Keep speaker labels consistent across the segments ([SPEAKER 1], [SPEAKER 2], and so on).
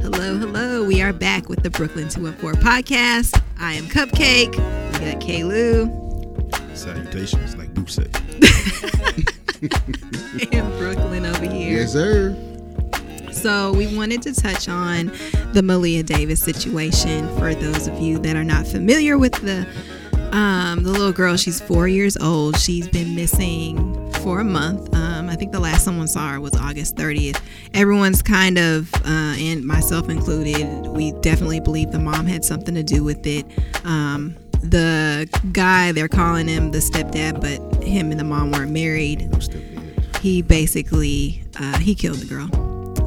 [SPEAKER 1] hello, hello. We are back with the Brooklyn 214 podcast. I am Cupcake. We got Kalu
[SPEAKER 2] Salutations, like Boo said.
[SPEAKER 1] and Brooklyn over here.
[SPEAKER 3] Yes, sir.
[SPEAKER 1] So, we wanted to touch on the Malia Davis situation for those of you that are not familiar with the um, the little girl. She's four years old. She's been missing for a month. Um, I think the last someone saw her was August 30th. Everyone's kind of, uh, and myself included, we definitely believe the mom had something to do with it. Um, the guy, they're calling him the stepdad, but him and the mom weren't married
[SPEAKER 2] I'm still here.
[SPEAKER 1] he basically uh, he killed the girl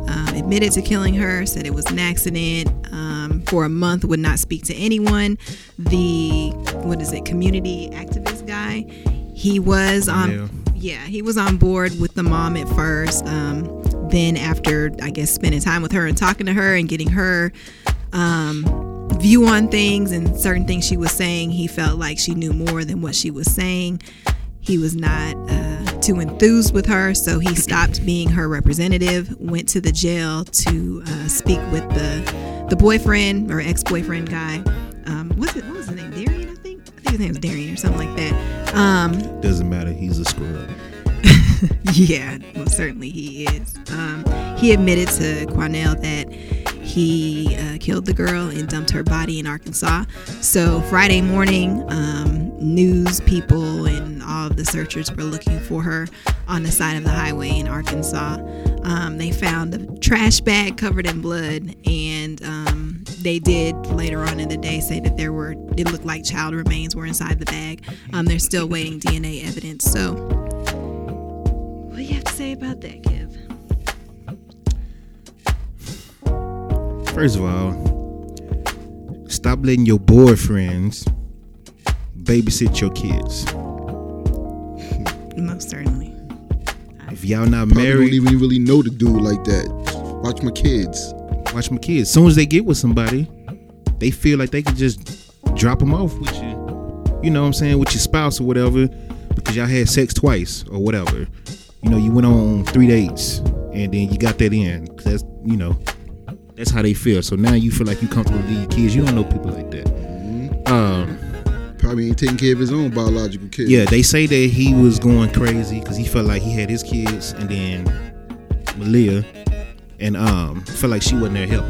[SPEAKER 1] um, admitted to killing her said it was an accident um, for a month would not speak to anyone the what is it community activist guy he was on
[SPEAKER 2] Yeah.
[SPEAKER 1] yeah he was on board with the mom at first um, then after i guess spending time with her and talking to her and getting her um, view on things and certain things she was saying he felt like she knew more than what she was saying he was not uh, too enthused with her, so he stopped being her representative. Went to the jail to uh, speak with the the boyfriend or ex boyfriend guy. Um, what's it? What was his name? Darian, I think. I think his name was Darian or something like that. Um,
[SPEAKER 2] Doesn't matter. He's a scrub.
[SPEAKER 1] yeah, well, certainly he is. Um, he admitted to Quanell that he uh, killed the girl and dumped her body in Arkansas. So Friday morning, um, news people and all of the searchers were looking for her on the side of the highway in Arkansas. Um, they found a trash bag covered in blood, and um, they did later on in the day say that there were it looked like child remains were inside the bag. Um, they're still waiting DNA evidence. So. What do you have to say about that, Kev?
[SPEAKER 2] First of all, stop letting your boyfriends babysit your kids.
[SPEAKER 1] Most certainly.
[SPEAKER 2] If y'all not
[SPEAKER 3] Probably
[SPEAKER 2] married,
[SPEAKER 3] don't even really know the dude like that. Watch my kids.
[SPEAKER 2] watch my kids. As soon as they get with somebody, they feel like they can just drop them off with you. You know what I'm saying? With your spouse or whatever, because y'all had sex twice or whatever. You know, you went on three dates and then you got that in. 'Cause That's you know, that's how they feel. So now you feel like you comfortable with your kids. You don't know people like that. Um,
[SPEAKER 3] Probably ain't taking care of his own biological kids.
[SPEAKER 2] yeah, they say that he was going crazy because he felt like he had his kids and then Malia and um felt like she wasn't their help.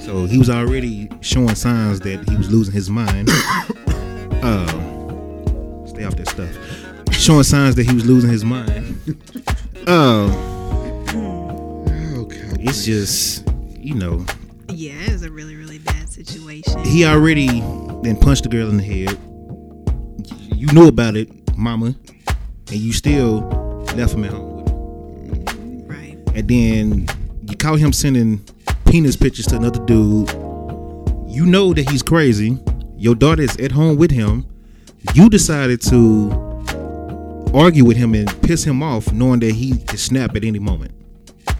[SPEAKER 2] So he was already showing signs that he was losing his mind. um, stay off that stuff. Showing signs that he was losing his mind. Um,
[SPEAKER 3] Oh, God.
[SPEAKER 2] it's just you know
[SPEAKER 1] Yeah, it was a really, really bad situation.
[SPEAKER 2] he already then punched the girl in the head. You knew about it, mama, and you still left him at home. with her.
[SPEAKER 1] right.
[SPEAKER 2] And then you caught him sending penis pictures to another dude. You know that he's crazy. Your daughter is at home with him. You decided to argue with him and piss him off, knowing that he could snap at any moment.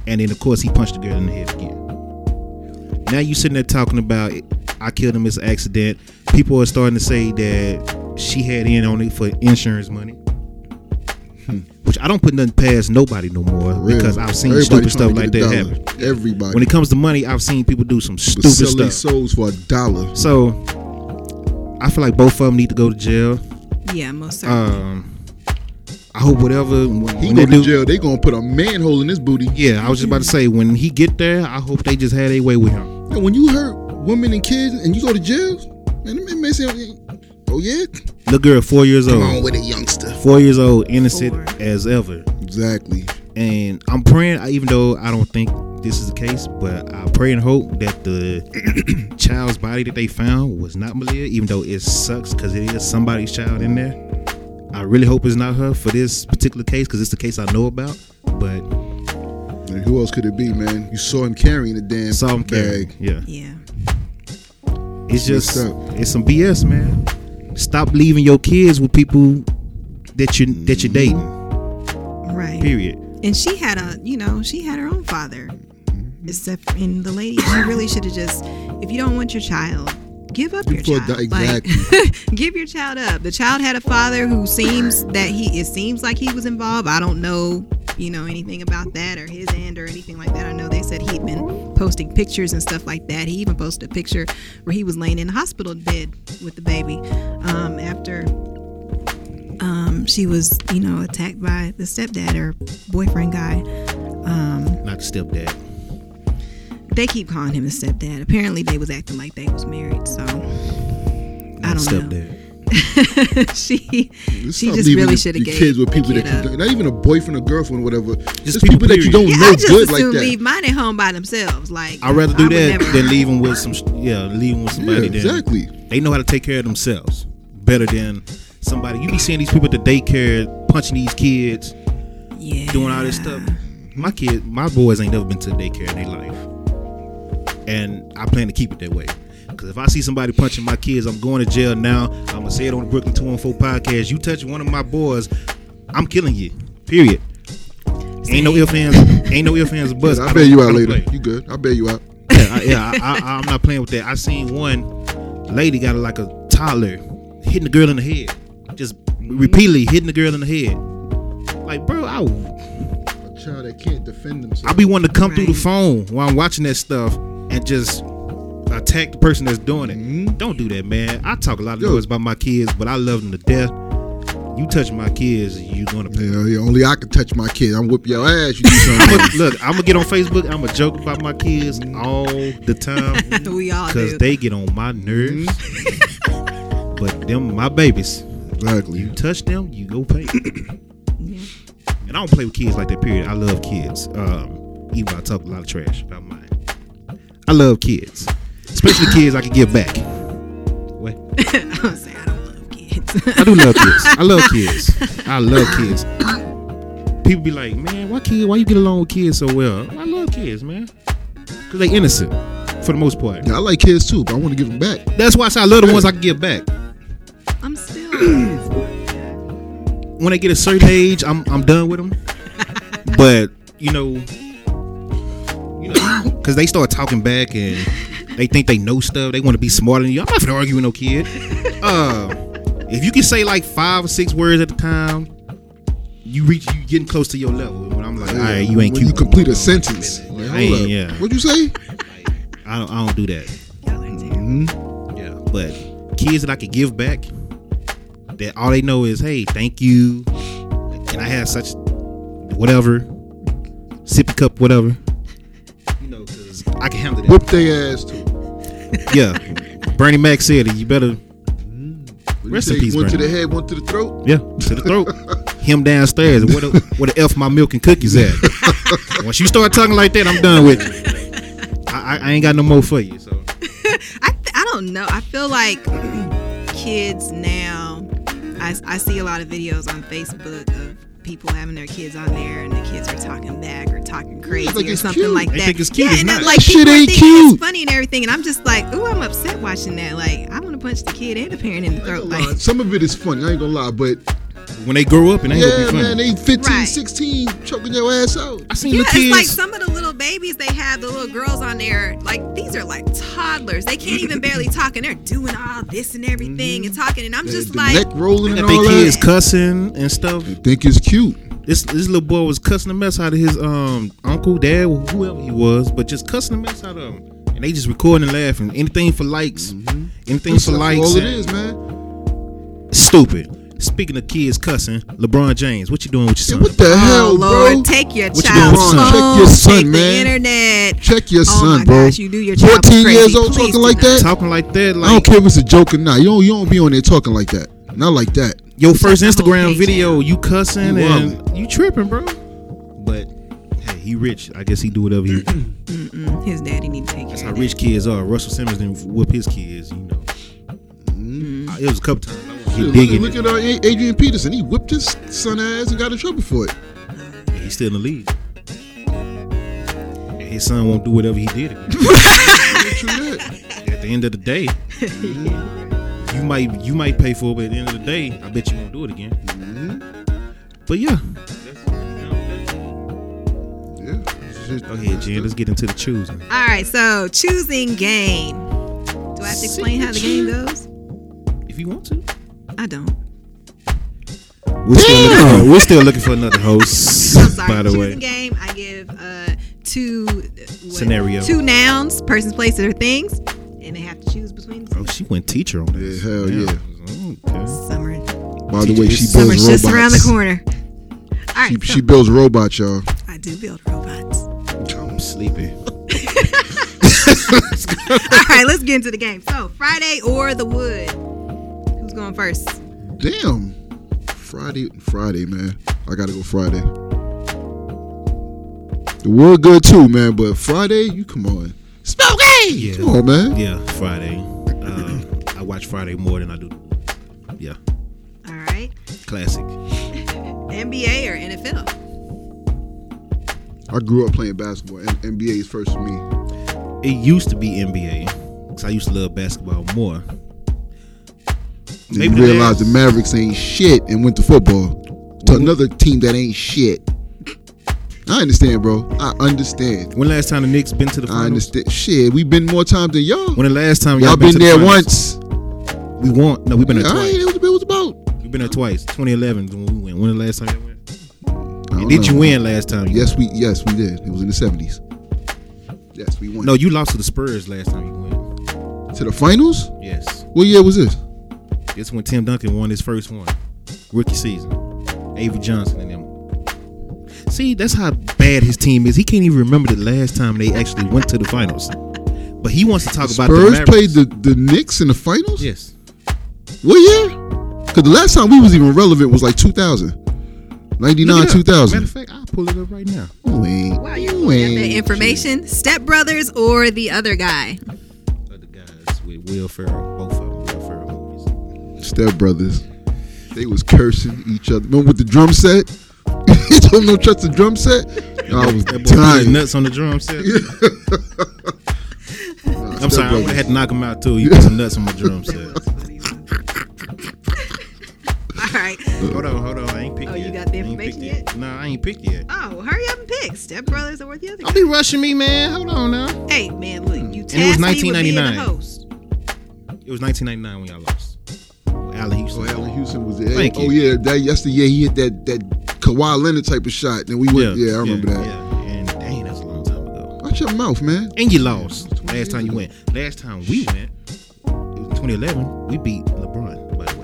[SPEAKER 2] And then, of course, he punched the girl in the head again. Now you sitting there talking about I killed him as an accident. People are starting to say that she had in on it for insurance money, which I don't put nothing past nobody no more
[SPEAKER 3] Hmm. For real.
[SPEAKER 2] because I've seen
[SPEAKER 3] Everybody
[SPEAKER 2] stupid stuff
[SPEAKER 3] trying
[SPEAKER 2] like
[SPEAKER 3] to
[SPEAKER 2] that
[SPEAKER 3] get a
[SPEAKER 2] happen.
[SPEAKER 3] dollar. Everybody.
[SPEAKER 2] When it comes to money, I've seen people do some
[SPEAKER 3] But
[SPEAKER 2] stupid
[SPEAKER 3] sell their
[SPEAKER 2] stuff.
[SPEAKER 3] souls for a dollar.
[SPEAKER 2] so I feel like both of them need to go to jail.
[SPEAKER 1] Yeah, most certainly.
[SPEAKER 2] Um, I hope whatever when,
[SPEAKER 3] He
[SPEAKER 2] when
[SPEAKER 3] go
[SPEAKER 2] they
[SPEAKER 3] to
[SPEAKER 2] do.
[SPEAKER 3] jail. They gonna put a manhole in his booty.
[SPEAKER 2] Yeah, I was just about to say when he get there, I hope they just had their way with him.
[SPEAKER 3] And when you hurt women and kids and you go to jail, man, it may say, oh yeah,
[SPEAKER 2] Little girl, four years
[SPEAKER 3] come on
[SPEAKER 2] old,
[SPEAKER 3] with it, youngster.
[SPEAKER 2] four years old, innocent
[SPEAKER 1] Four.
[SPEAKER 2] as ever.
[SPEAKER 3] Exactly.
[SPEAKER 2] and I'm praying, I- even though I don't think this is the case, but I pray and hope that the child's body that they found was not Malia, even though it sucks because it is somebody's child in there. I really hope it's not her for this particular case because it's the case I know about. But
[SPEAKER 3] And who else could it be, man? You saw him carrying the damn
[SPEAKER 2] saw him carrying.
[SPEAKER 3] bag.
[SPEAKER 2] Yeah,
[SPEAKER 1] yeah.
[SPEAKER 2] it's just
[SPEAKER 3] Messed up.
[SPEAKER 2] it's some BS, man. Stop leaving your kids with people that you that you're dating.
[SPEAKER 1] Right.
[SPEAKER 2] Period.
[SPEAKER 1] And she had a, you know, she had her own father. Except in the lady, she really should have just, if you don't want your child, give up your
[SPEAKER 3] Before
[SPEAKER 1] child.
[SPEAKER 3] that-
[SPEAKER 1] Like, give your child up. The child had a father who seems that he, it seems like he was involved. I don't know you know, anything about that or his end or anything like that. I know they said he'd been posting pictures and stuff like that. He even posted a picture where he was laying in the hospital bed with the baby um, after um, she was, you know, attacked by the stepdad or boyfriend guy.
[SPEAKER 2] Not stepdad.
[SPEAKER 1] They keep calling him a stepdad. Apparently, they was acting like they was married. So
[SPEAKER 2] Not
[SPEAKER 1] I don't know.
[SPEAKER 2] stepdad.
[SPEAKER 1] she
[SPEAKER 3] Just
[SPEAKER 1] she
[SPEAKER 3] stop
[SPEAKER 1] just
[SPEAKER 3] leaving
[SPEAKER 1] really
[SPEAKER 3] the-
[SPEAKER 1] should
[SPEAKER 3] the
[SPEAKER 1] have gave
[SPEAKER 3] kids with
[SPEAKER 1] the
[SPEAKER 3] people
[SPEAKER 1] kid
[SPEAKER 3] that
[SPEAKER 1] up.
[SPEAKER 3] you, not even a boyfriend or girlfriend or whatever. Just,
[SPEAKER 2] people,
[SPEAKER 3] people, that you
[SPEAKER 2] period.
[SPEAKER 3] don't
[SPEAKER 1] Yeah,
[SPEAKER 3] know
[SPEAKER 1] I just
[SPEAKER 3] good like
[SPEAKER 1] assume
[SPEAKER 3] that.
[SPEAKER 1] leave mine at home by themselves. Like
[SPEAKER 2] I'd rather
[SPEAKER 1] I
[SPEAKER 2] do
[SPEAKER 1] would
[SPEAKER 2] that
[SPEAKER 1] never-
[SPEAKER 2] than leave them with some. Yeah, leave them with
[SPEAKER 3] yeah,
[SPEAKER 2] somebody. than-
[SPEAKER 3] exactly.
[SPEAKER 2] They know how to take care of themselves better than somebody. You be seeing these people at the daycare punching these kids,
[SPEAKER 1] yeah.
[SPEAKER 2] doing all this stuff. My kid, my boys ain't never been to daycare in their life, and I plan to keep it that way. Because if I see somebody punching my kids, I'm going to jail now. I'm gonna say it on the Brooklyn 214 podcast. You touch one of my boys, I'm killing you. Period. Ain't no ifs ands. Ain't no ifs ands. or buts.
[SPEAKER 3] Yeah,
[SPEAKER 2] I don't-
[SPEAKER 3] I'll bail you
[SPEAKER 2] I
[SPEAKER 3] out
[SPEAKER 2] don't
[SPEAKER 3] later.
[SPEAKER 2] play.
[SPEAKER 3] You good? I'll bail you out.
[SPEAKER 2] yeah, I, yeah I, I, I'm not playing with that. I seen one lady got like a toddler hitting the girl in the head, just repeatedly hitting the girl in the head. Like, bro, I
[SPEAKER 3] A child that can't defend
[SPEAKER 2] I
[SPEAKER 3] themselves.
[SPEAKER 2] be wanting to come through the
[SPEAKER 1] Right.
[SPEAKER 2] phone while I'm watching that stuff and just attack the person that's doing it.
[SPEAKER 1] Mm-hmm.
[SPEAKER 2] Don't do that, man. I talk a lot of
[SPEAKER 3] Yo.
[SPEAKER 2] noise about my kids, but I love them to death. You touch my kids, you gonna pay.
[SPEAKER 3] yeah, yeah, only I can touch my kid. I'm whip your ass. You do something.
[SPEAKER 2] I'ma- Look, I'm gonna get on Facebook. I'm gonna joke about my kids all the time.
[SPEAKER 1] we all Mm-hmm.
[SPEAKER 2] Cause
[SPEAKER 1] do. Mm-hmm.
[SPEAKER 2] they get on my nerves. but them my babies.
[SPEAKER 3] exactly.
[SPEAKER 2] You touch them, you go pay.
[SPEAKER 1] Yeah.
[SPEAKER 2] and I don't play with kids like that. Period. I love kids. Um, even though I talk a lot of trash about mine. I love kids, especially kids I can give back. What?
[SPEAKER 1] I don't say I don't love kids.
[SPEAKER 2] I do love kids. I love kids. I love kids. People be like, man, why kid? Why you get along with kids so well? I love kids, man, because they innocent for the most part.
[SPEAKER 3] Yeah, I like kids too, but I want to give them back.
[SPEAKER 2] That's why I say I love the ones I can give back.
[SPEAKER 1] I'm still
[SPEAKER 2] when they get a certain age, I'm I'm done with them. But you know, you know, because they start talking back and they think they know stuff. They want to be smarter than you. I'm not gonna argue with no kid. Uh, if you can say like five or six words at a time, you reach you getting close to your level. When I'm like, all right, you ain't
[SPEAKER 3] when
[SPEAKER 2] cute.
[SPEAKER 3] you complete a sentence. Like,
[SPEAKER 2] I ain't-
[SPEAKER 3] hold up.
[SPEAKER 2] yeah.
[SPEAKER 3] What'd you say?
[SPEAKER 2] I don't, I don't do that.
[SPEAKER 1] y'all are terrible.
[SPEAKER 2] Yeah, but kids that I could give back, that all they know is, hey, thank you, and I had such whatever, sippy cup, whatever. You know, because I can handle that.
[SPEAKER 3] Whip their ass too. When
[SPEAKER 2] yeah, Bernie Mac said it. You better,
[SPEAKER 3] you
[SPEAKER 2] Rest in
[SPEAKER 3] say
[SPEAKER 2] peace,
[SPEAKER 3] One to
[SPEAKER 2] Brandon.
[SPEAKER 3] the head, one to the throat.
[SPEAKER 2] yeah, to the throat. Him downstairs. Where the, where the f my milk and cookies at? Once you start talking like that, I'm done with you. I, I, I ain't got no more for you. So
[SPEAKER 1] I, th- I don't know. I feel like kids now, I, I see a lot of videos on Facebook of people having their kids on there and the kids are talking back or talking crazy
[SPEAKER 3] like
[SPEAKER 1] or
[SPEAKER 3] it's
[SPEAKER 1] something
[SPEAKER 3] cute.
[SPEAKER 1] like
[SPEAKER 2] They
[SPEAKER 1] that.
[SPEAKER 2] think it's cute.
[SPEAKER 1] Yeah,
[SPEAKER 2] It's
[SPEAKER 1] and
[SPEAKER 2] not.
[SPEAKER 1] then, like
[SPEAKER 3] Shit
[SPEAKER 1] people
[SPEAKER 3] ain't
[SPEAKER 1] think it's
[SPEAKER 3] cute.
[SPEAKER 1] funny and everything. And I'm just like, ooh, I'm upset watching that. Like, I want to punch the kid and the parent in the
[SPEAKER 3] I ain't
[SPEAKER 1] throat.
[SPEAKER 3] gonna lie.
[SPEAKER 1] Like,
[SPEAKER 3] Some of it is funny. I ain't gonna lie, but
[SPEAKER 2] when they grow up, and ain't gonna
[SPEAKER 3] yeah,
[SPEAKER 2] be funny.
[SPEAKER 3] man, they 15,
[SPEAKER 1] Right.
[SPEAKER 3] 16, choking your ass out.
[SPEAKER 2] I seen
[SPEAKER 1] yeah,
[SPEAKER 2] the
[SPEAKER 1] it's
[SPEAKER 2] kids.
[SPEAKER 1] like some of the little babies they have, the little girls on there, like these are like toddlers. They can't even barely talk and they're doing all this and everything
[SPEAKER 2] Mm-hmm.
[SPEAKER 1] and talking. And I'm
[SPEAKER 3] The-
[SPEAKER 1] just
[SPEAKER 3] the
[SPEAKER 1] like,
[SPEAKER 3] neck rolling
[SPEAKER 2] that
[SPEAKER 3] and
[SPEAKER 2] they
[SPEAKER 3] all
[SPEAKER 2] kids
[SPEAKER 3] that.
[SPEAKER 2] cussing and stuff.
[SPEAKER 3] They think it's cute.
[SPEAKER 2] This this little boy was cussing the mess out of his um uncle, dad, whoever he was, but just cussing the mess out of him. And they just recording and laughing. Anything for likes. Anything for
[SPEAKER 3] That's
[SPEAKER 2] likes.
[SPEAKER 3] Mm-hmm. all it
[SPEAKER 2] and-
[SPEAKER 3] is, man.
[SPEAKER 2] Stupid. Speaking of kids cussing, LeBron James, what you doing with your
[SPEAKER 3] Yeah,
[SPEAKER 2] son?
[SPEAKER 3] what the hell,
[SPEAKER 1] oh Lord,
[SPEAKER 3] bro?
[SPEAKER 1] take your
[SPEAKER 2] What you
[SPEAKER 1] child
[SPEAKER 2] doing, son?
[SPEAKER 1] home.
[SPEAKER 2] Check
[SPEAKER 3] your son,
[SPEAKER 1] take
[SPEAKER 3] man.
[SPEAKER 1] the internet.
[SPEAKER 3] Check your
[SPEAKER 1] oh
[SPEAKER 3] son,
[SPEAKER 1] my
[SPEAKER 3] bro.
[SPEAKER 1] gosh, you do your child
[SPEAKER 3] 14
[SPEAKER 1] crazy.
[SPEAKER 3] years old
[SPEAKER 1] Please
[SPEAKER 3] talking
[SPEAKER 1] do
[SPEAKER 3] like
[SPEAKER 1] not.
[SPEAKER 3] that?
[SPEAKER 2] Talking like that,
[SPEAKER 3] I don't
[SPEAKER 2] like
[SPEAKER 3] care if it's a joke or not. You don't, you don't be on there talking like that. Not like that.
[SPEAKER 2] your first
[SPEAKER 1] Shut the whole
[SPEAKER 2] Instagram
[SPEAKER 1] page
[SPEAKER 2] video, you cussing
[SPEAKER 3] You
[SPEAKER 2] and you tripping, bro. But hey, he rich. I guess he do whatever he
[SPEAKER 1] Mm, His daddy need to take
[SPEAKER 2] That's
[SPEAKER 1] care
[SPEAKER 2] how
[SPEAKER 1] of that.
[SPEAKER 2] rich kids are. Russell Simmons didn't whoop his kids, you know. Uh, It was a couple times. I was
[SPEAKER 3] Shit, Mm-hmm. look,
[SPEAKER 2] digging it.
[SPEAKER 3] at- look at uh, A- Adrian Peterson. He whipped his son ass and got in trouble for it.
[SPEAKER 2] He's still in the league. And his son won't do whatever he did.
[SPEAKER 3] True that.
[SPEAKER 2] at the end of the day, you might you might pay for it, but at the end of the day, I bet you won't do it again. But yeah.
[SPEAKER 3] Yeah. Shit.
[SPEAKER 2] Go ahead, Jen. Let's get into the choosing.
[SPEAKER 1] All right, so choosing game. Do I have to explain how the game goes?
[SPEAKER 2] If you want to.
[SPEAKER 1] I don't.
[SPEAKER 2] We're still, looking for, we're still looking for another host. Games,
[SPEAKER 1] I'm sorry.
[SPEAKER 2] by the
[SPEAKER 1] she
[SPEAKER 2] way.
[SPEAKER 1] was in game. I give uh, two what,
[SPEAKER 2] Scenario.
[SPEAKER 1] two nouns, persons, places, or things, and they have to choose between. The
[SPEAKER 2] Oh, she went teacher on this.
[SPEAKER 3] Yeah, hell yeah.
[SPEAKER 2] Okay.
[SPEAKER 1] two. Summer,
[SPEAKER 3] By the way, she builds
[SPEAKER 1] summer's
[SPEAKER 3] robots.
[SPEAKER 1] just around the corner. All right,
[SPEAKER 3] She,
[SPEAKER 1] so
[SPEAKER 3] she builds robots, y'all.
[SPEAKER 1] I do build robots. All
[SPEAKER 2] I'm sleepy.
[SPEAKER 1] right, let's get into the game. So Friday or the Wood. Who's going first?
[SPEAKER 3] Damn. Friday, Friday, man. I gotta go Friday. The world good too, man. But Friday, you come on, Smokey.
[SPEAKER 2] Yeah.
[SPEAKER 3] Come on, man.
[SPEAKER 2] Yeah, Friday. Uh, I watch Friday more than I do. Yeah,
[SPEAKER 1] All right,
[SPEAKER 2] classic.
[SPEAKER 1] NBA or NFL?
[SPEAKER 3] I grew up playing basketball. and NBA is first for me.
[SPEAKER 2] It used to be NBA because I used to love basketball more.
[SPEAKER 3] Then
[SPEAKER 2] Maybe
[SPEAKER 3] you
[SPEAKER 2] the last-
[SPEAKER 3] realized the Mavericks ain't shit and went to football to another team that ain't shit. I understand, bro. I understand.
[SPEAKER 2] When last time the Knicks been to the
[SPEAKER 3] I
[SPEAKER 2] finals?
[SPEAKER 3] understand. Shit, we've been more times than y'all.
[SPEAKER 2] When the last time y'all,
[SPEAKER 3] y'all been
[SPEAKER 2] to the
[SPEAKER 3] there
[SPEAKER 2] finals?
[SPEAKER 3] once.
[SPEAKER 2] We won. No, we've been there
[SPEAKER 3] All right,
[SPEAKER 2] twice.
[SPEAKER 3] that's what it was about.
[SPEAKER 2] We've been there twice. 2011 is when we went. When the last time y'all went?
[SPEAKER 3] I don't
[SPEAKER 2] Did you
[SPEAKER 3] know.
[SPEAKER 2] win last time?
[SPEAKER 3] Mm-hmm. Yes, we yes we did. It was in the seventies. Yes, we won.
[SPEAKER 2] No, you lost to the Spurs last time you went.
[SPEAKER 3] to the finals.
[SPEAKER 2] Yes.
[SPEAKER 3] What year was this?
[SPEAKER 2] This when Tim Duncan won his first one, rookie season. Avery Johnson and them. See, that's how bad his team is. He can't even remember the last time they actually went to the finals. But he wants to talk about
[SPEAKER 3] Spurs
[SPEAKER 2] the
[SPEAKER 3] played
[SPEAKER 2] Mavericks.
[SPEAKER 3] the the Knicks in the finals.
[SPEAKER 2] yes.
[SPEAKER 3] What year? Because the last time we was even relevant was like 2000. 99,
[SPEAKER 2] Look it up.
[SPEAKER 3] 2000.
[SPEAKER 2] Matter of fact, I'll pull it up right now.
[SPEAKER 3] You ain't-
[SPEAKER 1] Wow, you're
[SPEAKER 3] you
[SPEAKER 1] pulling out that
[SPEAKER 3] ain't
[SPEAKER 1] information. Step Brothers or the other guy?
[SPEAKER 2] Other guys with Will Ferrell, both of them Will Ferrell movies.
[SPEAKER 3] shit. Step brothers. They was cursing each other. Remember with the drum set? you don't know trust the drum set? I
[SPEAKER 2] That
[SPEAKER 3] was
[SPEAKER 2] boy put his
[SPEAKER 3] dying.
[SPEAKER 2] nuts on the drum set. I'm
[SPEAKER 3] Step
[SPEAKER 2] sorry, I would
[SPEAKER 3] Brothers.
[SPEAKER 2] have had to knock him out too. He put some nuts on my drum set.
[SPEAKER 1] All right.
[SPEAKER 2] Hold on, hold on. I ain't picked
[SPEAKER 1] Oh,
[SPEAKER 2] yet.
[SPEAKER 1] you got the
[SPEAKER 2] I ain't
[SPEAKER 1] information
[SPEAKER 2] picked No, I ain't picked yet.
[SPEAKER 1] Oh, hurry up and pick Step Brothers or the other guy.
[SPEAKER 2] Don't be rushing me, man. Hold on now.
[SPEAKER 1] Hey man, look, you
[SPEAKER 2] it was
[SPEAKER 1] tasked me with being a
[SPEAKER 2] 1999.
[SPEAKER 1] host.
[SPEAKER 2] It was 1999 when y'all lost. Allen Houston.
[SPEAKER 3] Oh, Allen Houston was there.
[SPEAKER 2] Thank
[SPEAKER 3] oh
[SPEAKER 2] you.
[SPEAKER 3] yeah, that yesterday he hit that that Kawhi Leonard type of shot. Then we went. Yeah, I remember that.
[SPEAKER 2] Yeah. And dang, that's a long time ago.
[SPEAKER 3] Watch your mouth, man.
[SPEAKER 2] And you lost
[SPEAKER 3] Twenty
[SPEAKER 2] last
[SPEAKER 3] years
[SPEAKER 2] time you
[SPEAKER 3] ago.
[SPEAKER 2] went. Last time we went, it was 2011. We beat LeBron, by the way.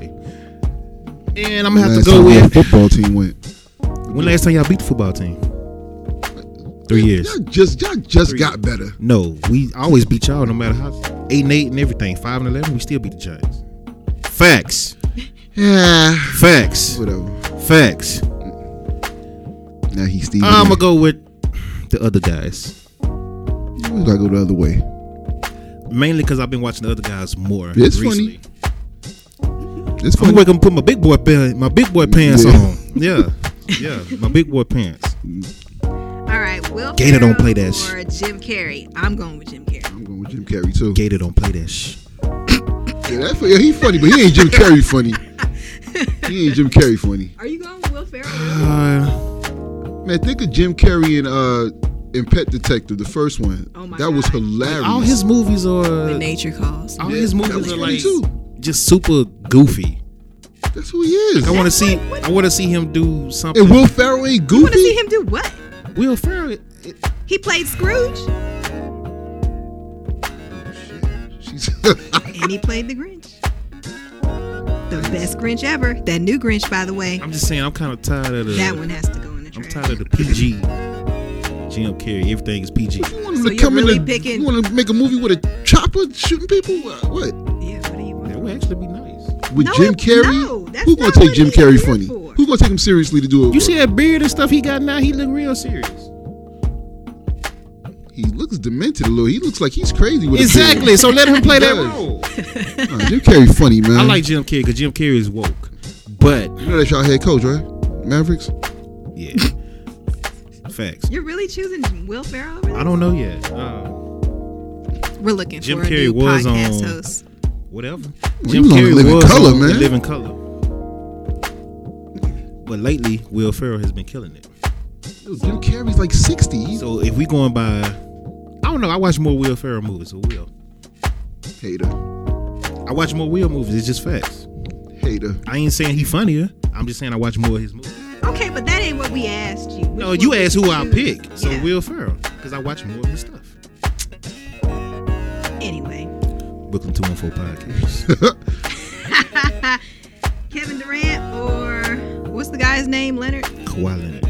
[SPEAKER 2] And I'm gonna have to
[SPEAKER 3] Last
[SPEAKER 2] go
[SPEAKER 3] time our
[SPEAKER 2] with
[SPEAKER 3] football team went.
[SPEAKER 2] when last time y'all beat the football team? Three years.
[SPEAKER 3] Y'all just y'all just
[SPEAKER 2] Three
[SPEAKER 3] got better.
[SPEAKER 2] No, we always beat y'all no matter how eight and eight and everything. Five and eleven, we still beat the Giants. Facts.
[SPEAKER 3] Yeah.
[SPEAKER 2] Facts.
[SPEAKER 3] Whatever.
[SPEAKER 2] Facts.
[SPEAKER 3] Now he's Steve.
[SPEAKER 2] I'm gonna go with the other guys.
[SPEAKER 3] We gotta go the other way.
[SPEAKER 2] mainly because I've been watching the other guys more.
[SPEAKER 3] It's
[SPEAKER 2] recently.
[SPEAKER 3] It's
[SPEAKER 2] I'm
[SPEAKER 3] funny.
[SPEAKER 2] waking up, put my big boy pants, my big boy pants
[SPEAKER 3] Yeah.
[SPEAKER 2] on. Yeah, yeah, my big boy pants.
[SPEAKER 1] All right, Will
[SPEAKER 2] Gator don't play
[SPEAKER 1] Ferrell
[SPEAKER 2] that sh-
[SPEAKER 1] or Jim Carrey. I'm going with Jim Carrey.
[SPEAKER 3] I'm going with Jim Carrey too.
[SPEAKER 2] Gator don't play that sh.
[SPEAKER 3] Yeah, that's yeah, he funny, but he ain't Jim Carrey funny. He ain't Jim Carrey funny.
[SPEAKER 1] Are you going with Will Ferrell?
[SPEAKER 2] Uh,
[SPEAKER 3] Man, think of Jim Carrey and uh in Pet Detective, the first one.
[SPEAKER 1] Oh my
[SPEAKER 3] that was
[SPEAKER 1] God.
[SPEAKER 3] hilarious.
[SPEAKER 2] all his movies
[SPEAKER 1] When
[SPEAKER 2] are
[SPEAKER 1] nature calls.
[SPEAKER 2] all
[SPEAKER 3] Yeah,
[SPEAKER 2] his
[SPEAKER 3] that
[SPEAKER 2] movies
[SPEAKER 3] was
[SPEAKER 2] are
[SPEAKER 3] funny
[SPEAKER 2] like
[SPEAKER 3] too.
[SPEAKER 2] just super goofy.
[SPEAKER 3] That's who he is.
[SPEAKER 2] I want to
[SPEAKER 1] That's
[SPEAKER 2] see.
[SPEAKER 1] like what-
[SPEAKER 2] I want to see him do something.
[SPEAKER 3] and Will Ferrell ain't
[SPEAKER 1] You want to see
[SPEAKER 3] goofy.
[SPEAKER 1] him do what?
[SPEAKER 2] Will Ferrell. it-
[SPEAKER 1] He played Scrooge
[SPEAKER 3] She's
[SPEAKER 1] and he played the Grinch. The best Grinch ever. That new Grinch, by the way.
[SPEAKER 2] I'm just saying. I'm kind of tired of the.
[SPEAKER 1] That one has to go in the
[SPEAKER 2] I'm
[SPEAKER 1] trash.
[SPEAKER 2] tired of the PG. Jim Carrey. Everything is PG.
[SPEAKER 3] You want him
[SPEAKER 1] So
[SPEAKER 3] to
[SPEAKER 1] you're
[SPEAKER 3] come
[SPEAKER 1] really
[SPEAKER 3] in? and-
[SPEAKER 1] picking-
[SPEAKER 3] You want to make a movie with a chopper shooting people? What? what?
[SPEAKER 1] Yeah, what do you
[SPEAKER 2] That
[SPEAKER 1] want?
[SPEAKER 2] would actually be nice.
[SPEAKER 3] With
[SPEAKER 1] No,
[SPEAKER 3] Jim
[SPEAKER 1] it-
[SPEAKER 3] Carrey?
[SPEAKER 1] no, that's
[SPEAKER 3] Who gonna
[SPEAKER 1] not
[SPEAKER 3] take
[SPEAKER 1] what
[SPEAKER 3] Jim
[SPEAKER 1] he's
[SPEAKER 3] Carrey
[SPEAKER 1] here
[SPEAKER 3] funny?
[SPEAKER 1] for.
[SPEAKER 3] Who gonna take him seriously to do it?
[SPEAKER 2] You see that beard and stuff he got now? He look real serious.
[SPEAKER 3] he looks demented a little. He looks like he's crazy with
[SPEAKER 2] Exactly. So let him play that
[SPEAKER 3] does.
[SPEAKER 2] role.
[SPEAKER 3] a beard. Nah, Jim Carrey funny man.
[SPEAKER 2] I like Jim Carrey because Jim Carrey is woke, but
[SPEAKER 3] You know that's y'all head coach, right? Mavericks.
[SPEAKER 2] yeah, facts.
[SPEAKER 1] You're really choosing Will Ferrell over
[SPEAKER 2] I don't know yet. Uh,
[SPEAKER 1] this? We're looking
[SPEAKER 2] Jim
[SPEAKER 1] for a
[SPEAKER 2] Carrey
[SPEAKER 1] new
[SPEAKER 2] was um,
[SPEAKER 1] podcast
[SPEAKER 2] on-
[SPEAKER 1] host.
[SPEAKER 2] whatever.
[SPEAKER 3] Well, you on Living Colour,
[SPEAKER 2] on
[SPEAKER 3] man.
[SPEAKER 2] Living color. But lately, Will Ferrell has been killing it.
[SPEAKER 3] Yo, Jim Carrey's like sixty. He's a
[SPEAKER 2] So if we going by, I don't know. I watch more Will Ferrell movies. So Will,
[SPEAKER 3] hater.
[SPEAKER 2] I watch more Will movies. It's just facts.
[SPEAKER 3] Hater.
[SPEAKER 2] I ain't saying he funnier. I'm just saying I watch more of his movies.
[SPEAKER 1] Oh, Okay, but that ain't what we asked you. We-
[SPEAKER 2] No,
[SPEAKER 1] what
[SPEAKER 2] you
[SPEAKER 1] we-
[SPEAKER 2] asked who I pick. So
[SPEAKER 1] Yeah.
[SPEAKER 2] Will Ferrell, because I watch more of his stuff.
[SPEAKER 1] Anyway,
[SPEAKER 2] Brooklyn 214 podcast.
[SPEAKER 1] Kevin Durant or what's the guy's name? Leonard.
[SPEAKER 2] Kawhi Leonard.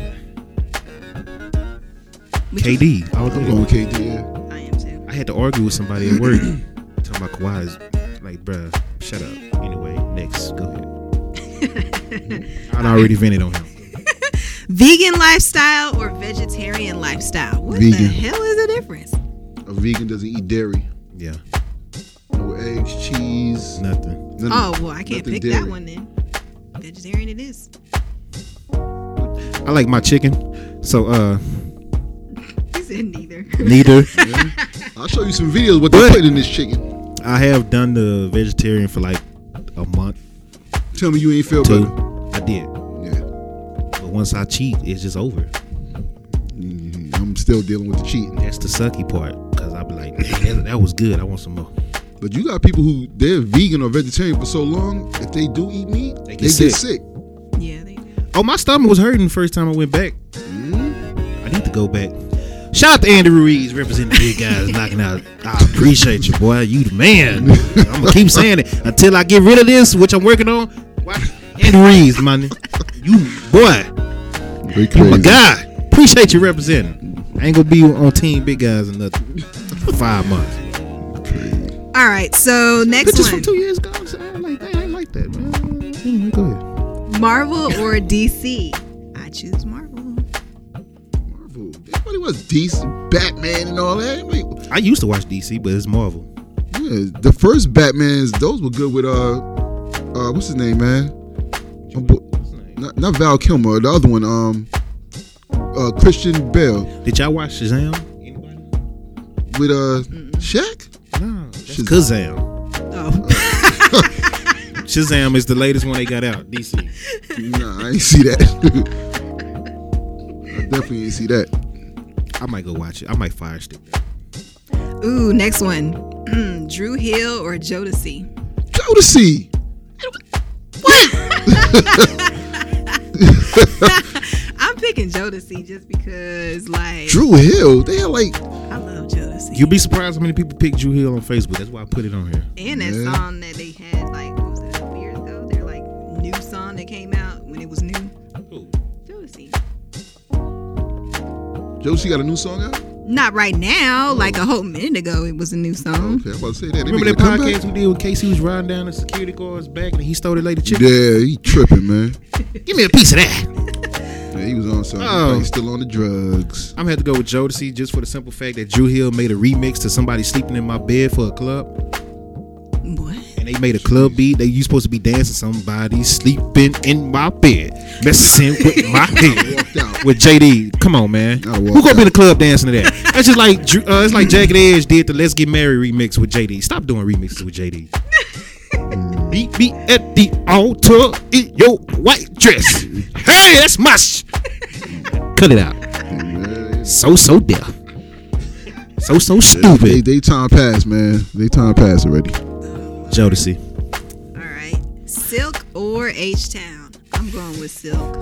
[SPEAKER 1] Which one?
[SPEAKER 2] KD. I, was
[SPEAKER 3] I'm going with KD. Yeah.
[SPEAKER 1] I am too.
[SPEAKER 2] I had to argue with somebody at work. talking about Kawhi is like, bruh, shut up. Anyway, next. Go ahead. I'd already vented on him.
[SPEAKER 1] Vegan lifestyle or vegetarian lifestyle? What the
[SPEAKER 3] Vegan.
[SPEAKER 1] hell is the difference?
[SPEAKER 3] A vegan doesn't eat dairy.
[SPEAKER 2] Yeah.
[SPEAKER 3] No eggs, cheese.
[SPEAKER 2] Nothing.
[SPEAKER 3] None
[SPEAKER 1] Oh
[SPEAKER 3] of
[SPEAKER 1] well, I can't
[SPEAKER 3] Nothing
[SPEAKER 1] pick that
[SPEAKER 3] dairy.
[SPEAKER 1] one then. Vegetarian it is.
[SPEAKER 2] I like my chicken. So uh
[SPEAKER 1] He said neither.
[SPEAKER 2] neither.
[SPEAKER 3] that. I'll show you some videos what they
[SPEAKER 2] But-
[SPEAKER 3] put in this chicken.
[SPEAKER 2] I have done the vegetarian for like a month,
[SPEAKER 3] Tell me you ain't feel
[SPEAKER 2] two.
[SPEAKER 3] better.
[SPEAKER 2] I did.
[SPEAKER 3] Yeah.
[SPEAKER 2] But once I cheat, it's just over.
[SPEAKER 3] Mhm. I'm still dealing with the cheating.
[SPEAKER 2] That's the sucky part. Cause I be like, "Man, that, that was good. I want some more.
[SPEAKER 3] But you got people who they're vegan or vegetarian for so long, if they do eat meat,
[SPEAKER 2] They
[SPEAKER 3] they
[SPEAKER 2] get
[SPEAKER 3] get,
[SPEAKER 2] sick.
[SPEAKER 3] sick.
[SPEAKER 1] yeah, they do.
[SPEAKER 2] Oh, my stomach was hurting the first time I went back. Mm-hmm.
[SPEAKER 3] Mhm.
[SPEAKER 2] I need to go back. Shout out to Andy Ruiz representing the big guys knocking out. I appreciate you, boy. You the man. I'm gonna keep saying it until I get rid of this, which I'm working on. Why- Andy Ruiz, man, you boy,
[SPEAKER 3] They
[SPEAKER 2] you Oh my
[SPEAKER 3] crazy.
[SPEAKER 2] guy. Appreciate you representing. I ain't gonna be on team big guys in another five months.
[SPEAKER 1] All right, so next
[SPEAKER 2] This is from
[SPEAKER 1] one:
[SPEAKER 2] two years ago. I'm saying, I ain't like that. I ain't like that, man.
[SPEAKER 3] Mm-hmm.
[SPEAKER 2] Mm, Go ahead.
[SPEAKER 1] Marvel or DC? I choose Marvel.
[SPEAKER 3] Marvel. Everybody was decent. Batman and all that. Wait,
[SPEAKER 2] I used to watch DC, but it's Marvel.
[SPEAKER 3] yeah, the first Batman's, those were good with uh, uh, what's his name, man? My boy- Not, not Val Kilmer. The other one, um, uh, Christian Bale
[SPEAKER 2] Did y'all watch Shazam? Anybody?
[SPEAKER 3] with uh, Shaq.
[SPEAKER 2] No, that's
[SPEAKER 3] Shazam.
[SPEAKER 2] Kazam.
[SPEAKER 1] Oh,
[SPEAKER 2] Shazam is the latest one they got out. DC.
[SPEAKER 3] Nah, I ain't see that. I definitely ain't see that.
[SPEAKER 2] I might go watch it. I might fire stick that.
[SPEAKER 1] ooh, next one: Mm, Drew Hill or Jodeci?
[SPEAKER 3] Jodeci.
[SPEAKER 1] I'm picking Jodeci just because, like,
[SPEAKER 3] Drew Hill. They are like
[SPEAKER 1] I love Jodeci.
[SPEAKER 2] You'll be surprised how many people pick Drew Hill on Facebook. That's why I put it on here.
[SPEAKER 1] and that
[SPEAKER 3] Yeah.
[SPEAKER 1] song that they had, like, what was it, a couple years ago? Their, like, new song that came out when it was new. Jodeci.
[SPEAKER 3] Jodeci got a new song out.
[SPEAKER 1] Not right now, like a whole minute ago, it was a new song.
[SPEAKER 3] Okay, I'm about to say that. They
[SPEAKER 2] Remember
[SPEAKER 3] making
[SPEAKER 2] that
[SPEAKER 3] a comeback?
[SPEAKER 2] podcast we did with Casey was riding down the security guard's back and he stole the lady chicken?
[SPEAKER 3] Yeah, he tripping, man.
[SPEAKER 2] Give me a piece of that.
[SPEAKER 3] Yeah, he was on something.
[SPEAKER 2] Oh.
[SPEAKER 3] He's still on the drugs.
[SPEAKER 2] I'm gonna have to go with Jodeci just for the simple fact that Drew Hill made a remix to somebody sleeping in my bed for a club.
[SPEAKER 1] What?
[SPEAKER 2] and they made a club beat. They you supposed to be dancing somebody sleeping in my bed, messing with my head.
[SPEAKER 3] Walked out.
[SPEAKER 2] With JD, come on, man.
[SPEAKER 3] Gotta
[SPEAKER 2] Who
[SPEAKER 3] walk
[SPEAKER 2] gonna be in the
[SPEAKER 3] out.
[SPEAKER 2] club dancing to that? That's just like Dr- uh, it's like Jagged Edge did the "Let's Get Married" remix with JD. Stop doing remixes with JD. Meet me at the altar in your white dress. Hey, that's my sh- Cut it out.
[SPEAKER 3] Man,
[SPEAKER 2] So so deaf. So so
[SPEAKER 3] They,
[SPEAKER 2] stupid.
[SPEAKER 3] they time passed, man. They time passed already.
[SPEAKER 2] Jodeci.
[SPEAKER 1] All right. Silk or H Town? I'm going with Silk.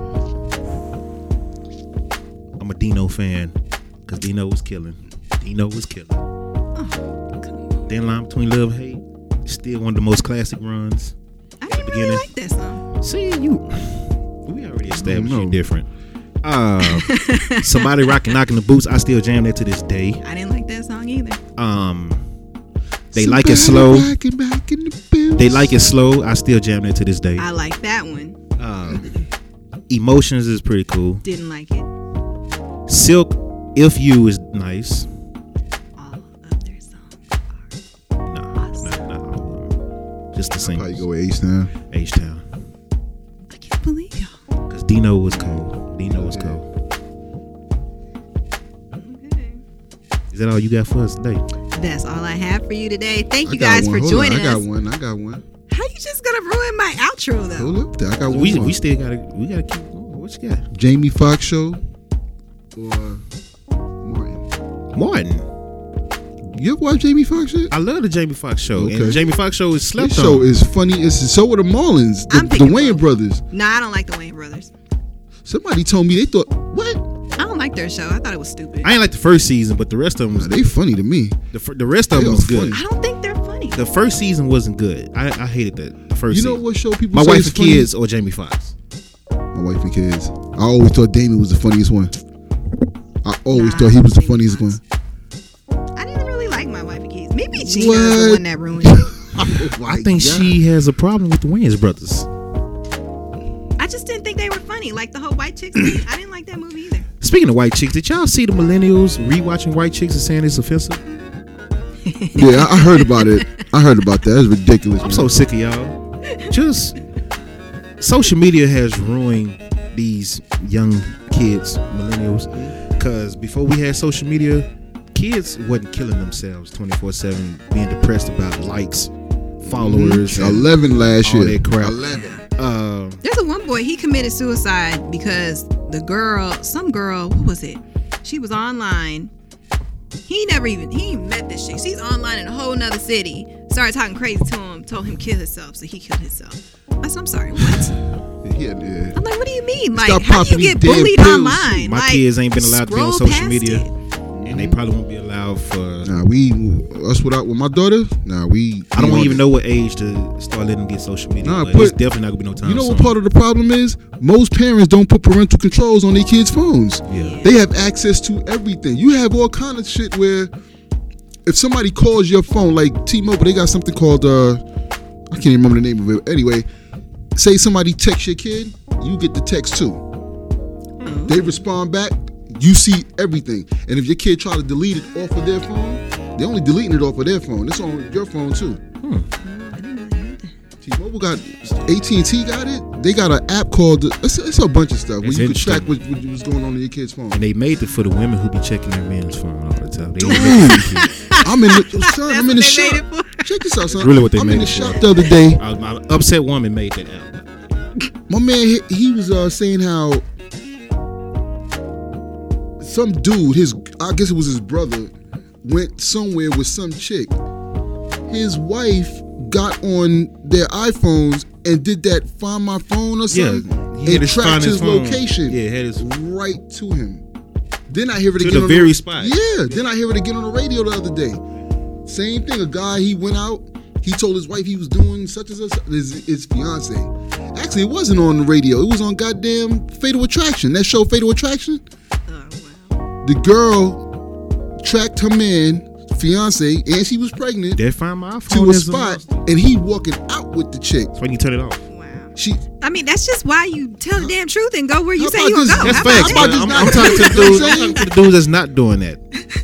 [SPEAKER 2] I'm a Dino fan because Dino was killing. Dino was killing.
[SPEAKER 1] Oh,
[SPEAKER 2] Thin line between love and hate. Still one of the most classic runs.
[SPEAKER 1] I didn't really
[SPEAKER 2] Beginning.
[SPEAKER 1] like that song.
[SPEAKER 2] See you. We already established
[SPEAKER 3] know.
[SPEAKER 2] you different. Uh, somebody rocking, knocking the boots. I still jam that to this day.
[SPEAKER 1] I didn't like that song either.
[SPEAKER 2] Um, they like it slow. They like it slow. I still jam that to this day.
[SPEAKER 1] I like that one.
[SPEAKER 2] Um, emotions is pretty cool.
[SPEAKER 1] Didn't like it.
[SPEAKER 2] Silk, if you is nice.
[SPEAKER 1] All of their songs are.
[SPEAKER 2] Nah, nah, nah. all of them. Just the
[SPEAKER 3] Probably
[SPEAKER 2] singles.
[SPEAKER 3] go with Ace now.
[SPEAKER 2] H Town.
[SPEAKER 1] I can't believe y'all.
[SPEAKER 2] Cause Dino was cold. Dino was cold.
[SPEAKER 1] Okay.
[SPEAKER 2] Is that all you got for us today?
[SPEAKER 1] That's all I have for you today. Thank
[SPEAKER 3] I
[SPEAKER 1] you
[SPEAKER 3] got
[SPEAKER 1] guys
[SPEAKER 3] one.
[SPEAKER 1] for
[SPEAKER 3] Hold
[SPEAKER 1] joining
[SPEAKER 3] on. I
[SPEAKER 1] us.
[SPEAKER 3] got one. I got one.
[SPEAKER 1] How you just gonna ruin my outro though?
[SPEAKER 3] Hold up. there. I got one.
[SPEAKER 2] We
[SPEAKER 3] more.
[SPEAKER 2] we still gotta we gotta keep going. What you got?
[SPEAKER 3] Jamie Foxx show or Martin.
[SPEAKER 2] Martin.
[SPEAKER 3] You ever watch Jamie Foxx shit?
[SPEAKER 2] I love the Jamie Foxx show. And
[SPEAKER 3] Okay.
[SPEAKER 2] the Jamie Foxx show is slept
[SPEAKER 3] This show
[SPEAKER 2] on.
[SPEAKER 3] is funny. It's so are the Marlins,
[SPEAKER 1] I'm
[SPEAKER 3] the, the
[SPEAKER 1] picking
[SPEAKER 3] Wayne
[SPEAKER 1] both.
[SPEAKER 3] brothers.
[SPEAKER 1] No, I don't like the Wayne brothers.
[SPEAKER 3] Somebody told me they thought what?
[SPEAKER 1] I don't like their show. I thought it was stupid.
[SPEAKER 2] I ain't like the first season, but the rest of them was
[SPEAKER 3] Nah, they funny to me.
[SPEAKER 2] the, fir- the rest of
[SPEAKER 3] They
[SPEAKER 2] them
[SPEAKER 3] are
[SPEAKER 2] was good.
[SPEAKER 1] I don't think they're funny.
[SPEAKER 2] The first season wasn't good. I, I hated that the first.
[SPEAKER 3] You know
[SPEAKER 2] season.
[SPEAKER 3] what show people
[SPEAKER 2] My
[SPEAKER 3] say
[SPEAKER 2] wife
[SPEAKER 3] is
[SPEAKER 2] and
[SPEAKER 3] funny?
[SPEAKER 2] kids or Jamie Foxx.
[SPEAKER 3] My wife and kids. I always thought Damien was the funniest one. I always
[SPEAKER 1] Nah,
[SPEAKER 3] thought he was the
[SPEAKER 1] Jamie
[SPEAKER 3] funniest one.
[SPEAKER 1] Foxx. I didn't really like my wife and kids. Maybe Gina is the
[SPEAKER 3] What?
[SPEAKER 1] one that ruined it.
[SPEAKER 2] I think she has a problem with the Wayans brothers,
[SPEAKER 1] I just didn't think they were funny. Like the whole white chicks thing. I didn't like that movie either.
[SPEAKER 2] Speaking of white chicks, did y'all see the millennials rewatching white chicks and saying it's offensive?
[SPEAKER 3] Yeah, I, I heard about it. I heard about that. That's ridiculous.
[SPEAKER 2] I'm so sick of y'all. Just social media has ruined these young kids, millennials. Cause before we had social media, kids wasn't killing themselves 24/7, being depressed about likes, followers, and,
[SPEAKER 3] eleven last
[SPEAKER 2] All
[SPEAKER 3] year.
[SPEAKER 2] that Oh, crap.
[SPEAKER 3] Eleven.
[SPEAKER 2] uh,
[SPEAKER 1] There's a one boy, he committed suicide because the girl, some girl, what was it? She was online. He never even, he ain't met this chick. She's online in a whole nother city. Started talking crazy to him, told him kill himself, so he killed himself. I said, I'm sorry, what?
[SPEAKER 3] Yeah, yeah.
[SPEAKER 1] I'm like, what do you mean? Like,
[SPEAKER 3] Stop
[SPEAKER 1] how do
[SPEAKER 3] popping
[SPEAKER 1] you get
[SPEAKER 3] these damn
[SPEAKER 1] bullied
[SPEAKER 3] pills.
[SPEAKER 1] online?
[SPEAKER 2] my
[SPEAKER 1] like,
[SPEAKER 2] kids ain't been allowed to be on
[SPEAKER 1] scroll
[SPEAKER 2] social
[SPEAKER 1] past
[SPEAKER 2] media,
[SPEAKER 1] it.
[SPEAKER 2] and they probably won't be allowed for.
[SPEAKER 3] Nah, we us without with my daughter. Nah, we.
[SPEAKER 2] I
[SPEAKER 3] we
[SPEAKER 2] don't
[SPEAKER 3] on
[SPEAKER 2] even
[SPEAKER 3] it.
[SPEAKER 2] know what age to start letting them get social media.
[SPEAKER 3] Nah,
[SPEAKER 2] but
[SPEAKER 3] put-
[SPEAKER 2] it's definitely not gonna be no time.
[SPEAKER 3] You know what
[SPEAKER 2] soon.
[SPEAKER 3] part of the problem is? Most parents don't put parental controls on their kids' phones.
[SPEAKER 2] Yeah.
[SPEAKER 3] They have access to everything. You have all kind of shit where if somebody calls your phone, like T-Mobile, they got something called uh, I can't even remember the name of it. Anyway, say somebody texts your kid, you get the text too. They respond back, you see everything. And if your kid try to delete it off of their phone, they only deleting it off of their phone. It's on your phone too. T-Mobile got AT&T got it. They got an app called it's, it's a bunch of stuff where
[SPEAKER 2] It's
[SPEAKER 3] you could
[SPEAKER 2] interesting.
[SPEAKER 3] track what, what was going on in your kid's phone.
[SPEAKER 2] And they made it for the women who be checking their men's phone all the time. They don't make it for the kids.
[SPEAKER 3] I'm in the son, I'm in
[SPEAKER 1] That's what they
[SPEAKER 3] the shop.
[SPEAKER 1] made it for.
[SPEAKER 3] Check this out, son.
[SPEAKER 2] really what they
[SPEAKER 3] I'm
[SPEAKER 2] made
[SPEAKER 3] in the
[SPEAKER 2] it for.
[SPEAKER 3] shop the other day.
[SPEAKER 2] Uh, my upset woman made that out.
[SPEAKER 3] My man, he, he was uh, saying how some dude, his I guess it was his brother, went somewhere with some chick. His wife got on their iPhones and did that find my phone or
[SPEAKER 2] Yeah,
[SPEAKER 3] something.
[SPEAKER 2] he had
[SPEAKER 3] and
[SPEAKER 2] his
[SPEAKER 3] tracked
[SPEAKER 2] phone,
[SPEAKER 3] his,
[SPEAKER 2] phone.
[SPEAKER 3] location.
[SPEAKER 2] Yeah, had his
[SPEAKER 3] right to him. Then I hear it
[SPEAKER 2] To
[SPEAKER 3] again
[SPEAKER 2] the
[SPEAKER 3] on
[SPEAKER 2] very spot.
[SPEAKER 3] Yeah, then I hear it again on the radio the other day. Same thing. A guy he went out. He told his wife he was doing such and such. His, his fiance. Actually, it wasn't on the radio. It was on goddamn Fatal Attraction. That show Fatal Attraction.
[SPEAKER 1] Oh, wow.
[SPEAKER 3] The girl tracked her man, fiance, and she was pregnant
[SPEAKER 2] They find my phone
[SPEAKER 3] to a
[SPEAKER 2] is a
[SPEAKER 3] spot,
[SPEAKER 2] monster.
[SPEAKER 3] and he walking out with the chick.
[SPEAKER 2] That's when you turn it off.
[SPEAKER 1] Wow.
[SPEAKER 3] She
[SPEAKER 1] I mean, that's just why you tell the damn truth and go where you
[SPEAKER 3] How
[SPEAKER 1] say
[SPEAKER 3] about
[SPEAKER 1] you gonna
[SPEAKER 3] this?
[SPEAKER 1] go.
[SPEAKER 2] That's
[SPEAKER 1] How about
[SPEAKER 2] facts.
[SPEAKER 1] that?
[SPEAKER 2] But
[SPEAKER 3] that?
[SPEAKER 2] I'm,
[SPEAKER 3] How
[SPEAKER 2] I'm
[SPEAKER 3] about
[SPEAKER 2] talking to
[SPEAKER 3] this?
[SPEAKER 2] the dudes.
[SPEAKER 3] You know what
[SPEAKER 2] I'm
[SPEAKER 3] I'm
[SPEAKER 2] talking to the dudes that's not doing that.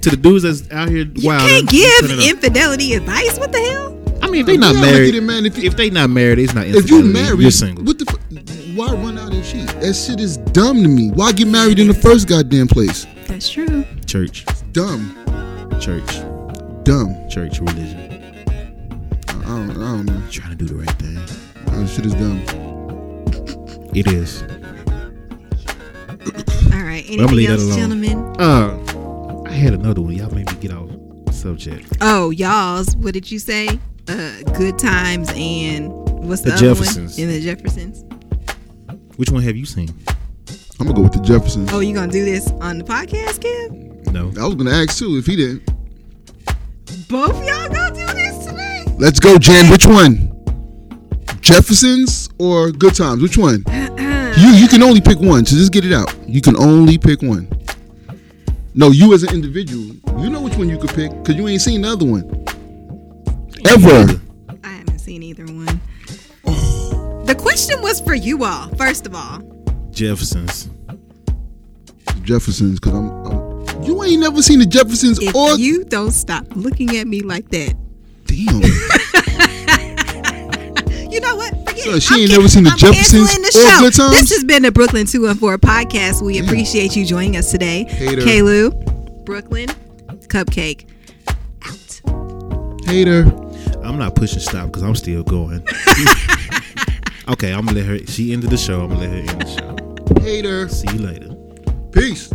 [SPEAKER 2] To the dudes that's out here.
[SPEAKER 1] You
[SPEAKER 2] wild,
[SPEAKER 1] can't
[SPEAKER 2] turn
[SPEAKER 1] give
[SPEAKER 2] it off.
[SPEAKER 1] infidelity advice. What the hell?
[SPEAKER 2] I mean, if they
[SPEAKER 3] Yeah,
[SPEAKER 2] not
[SPEAKER 3] look at
[SPEAKER 2] married,
[SPEAKER 3] it, man. If
[SPEAKER 2] If,
[SPEAKER 3] you-
[SPEAKER 2] they not married, it's not.
[SPEAKER 3] If you
[SPEAKER 2] infidelity.
[SPEAKER 3] married,
[SPEAKER 2] you're single.
[SPEAKER 3] What the? F- why run out and cheat? That shit is dumb to me. Why get married in the first goddamn place?
[SPEAKER 1] That's true.
[SPEAKER 2] Church,
[SPEAKER 3] Dumb,
[SPEAKER 2] church,
[SPEAKER 3] dumb.
[SPEAKER 2] church, religion.
[SPEAKER 3] I I don't, I don't know.
[SPEAKER 2] Trying to do the right thing.
[SPEAKER 3] That shit is dumb.
[SPEAKER 2] It is.
[SPEAKER 1] All right.
[SPEAKER 2] gonna
[SPEAKER 1] Anything
[SPEAKER 2] leave that
[SPEAKER 1] else,
[SPEAKER 2] alone.
[SPEAKER 1] gentlemen?
[SPEAKER 2] Uh, I had another one. Y'all made me get off subject.
[SPEAKER 1] Oh, y'all's. What did you say? Uh, good times and what's the,
[SPEAKER 2] The
[SPEAKER 1] other
[SPEAKER 2] Jeffersons.
[SPEAKER 1] one? In the Jeffersons.
[SPEAKER 2] Which one have you seen?
[SPEAKER 3] I'm gonna go with the Jeffersons.
[SPEAKER 1] Oh, you gonna do this on the podcast, Kim?
[SPEAKER 2] No.
[SPEAKER 3] I was gonna ask too if he didn't.
[SPEAKER 1] Both y'all gonna do this tonight?
[SPEAKER 3] Let's go, Jen. Which one? Jeffersons or Good Times? Which one?
[SPEAKER 1] Uh,
[SPEAKER 3] You you can only pick one. So just get it out. You can only pick one. No, you as an individual, you know which one you could pick because you ain't seen the other one. Ever.
[SPEAKER 1] I haven't seen either one. The question was for you all. First of all,
[SPEAKER 2] Jeffersons.
[SPEAKER 3] Jeffersons, because I'm, I'm. You ain't never seen the Jeffersons
[SPEAKER 1] if
[SPEAKER 3] or
[SPEAKER 1] you don't stop looking at me like that,
[SPEAKER 3] damn.
[SPEAKER 1] You know what? Forget
[SPEAKER 3] So
[SPEAKER 1] it.
[SPEAKER 3] she
[SPEAKER 1] I'm
[SPEAKER 3] ain't
[SPEAKER 1] can-
[SPEAKER 3] never seen the
[SPEAKER 1] I'm
[SPEAKER 3] Jeffersons
[SPEAKER 1] canceling
[SPEAKER 3] or
[SPEAKER 1] the show.
[SPEAKER 3] Good Times?
[SPEAKER 1] This has been the Brooklyn 214 podcast. We
[SPEAKER 3] Damn.
[SPEAKER 1] appreciate you joining us today.
[SPEAKER 3] Hater.
[SPEAKER 1] Kalu, Brooklyn, Cupcake, out.
[SPEAKER 3] Hater.
[SPEAKER 2] I'm not pushing stop because I'm still going. okay, I'm gonna let her. She ended the show. I'm gonna let her end the show.
[SPEAKER 3] Hater.
[SPEAKER 2] See you later.
[SPEAKER 3] Peace.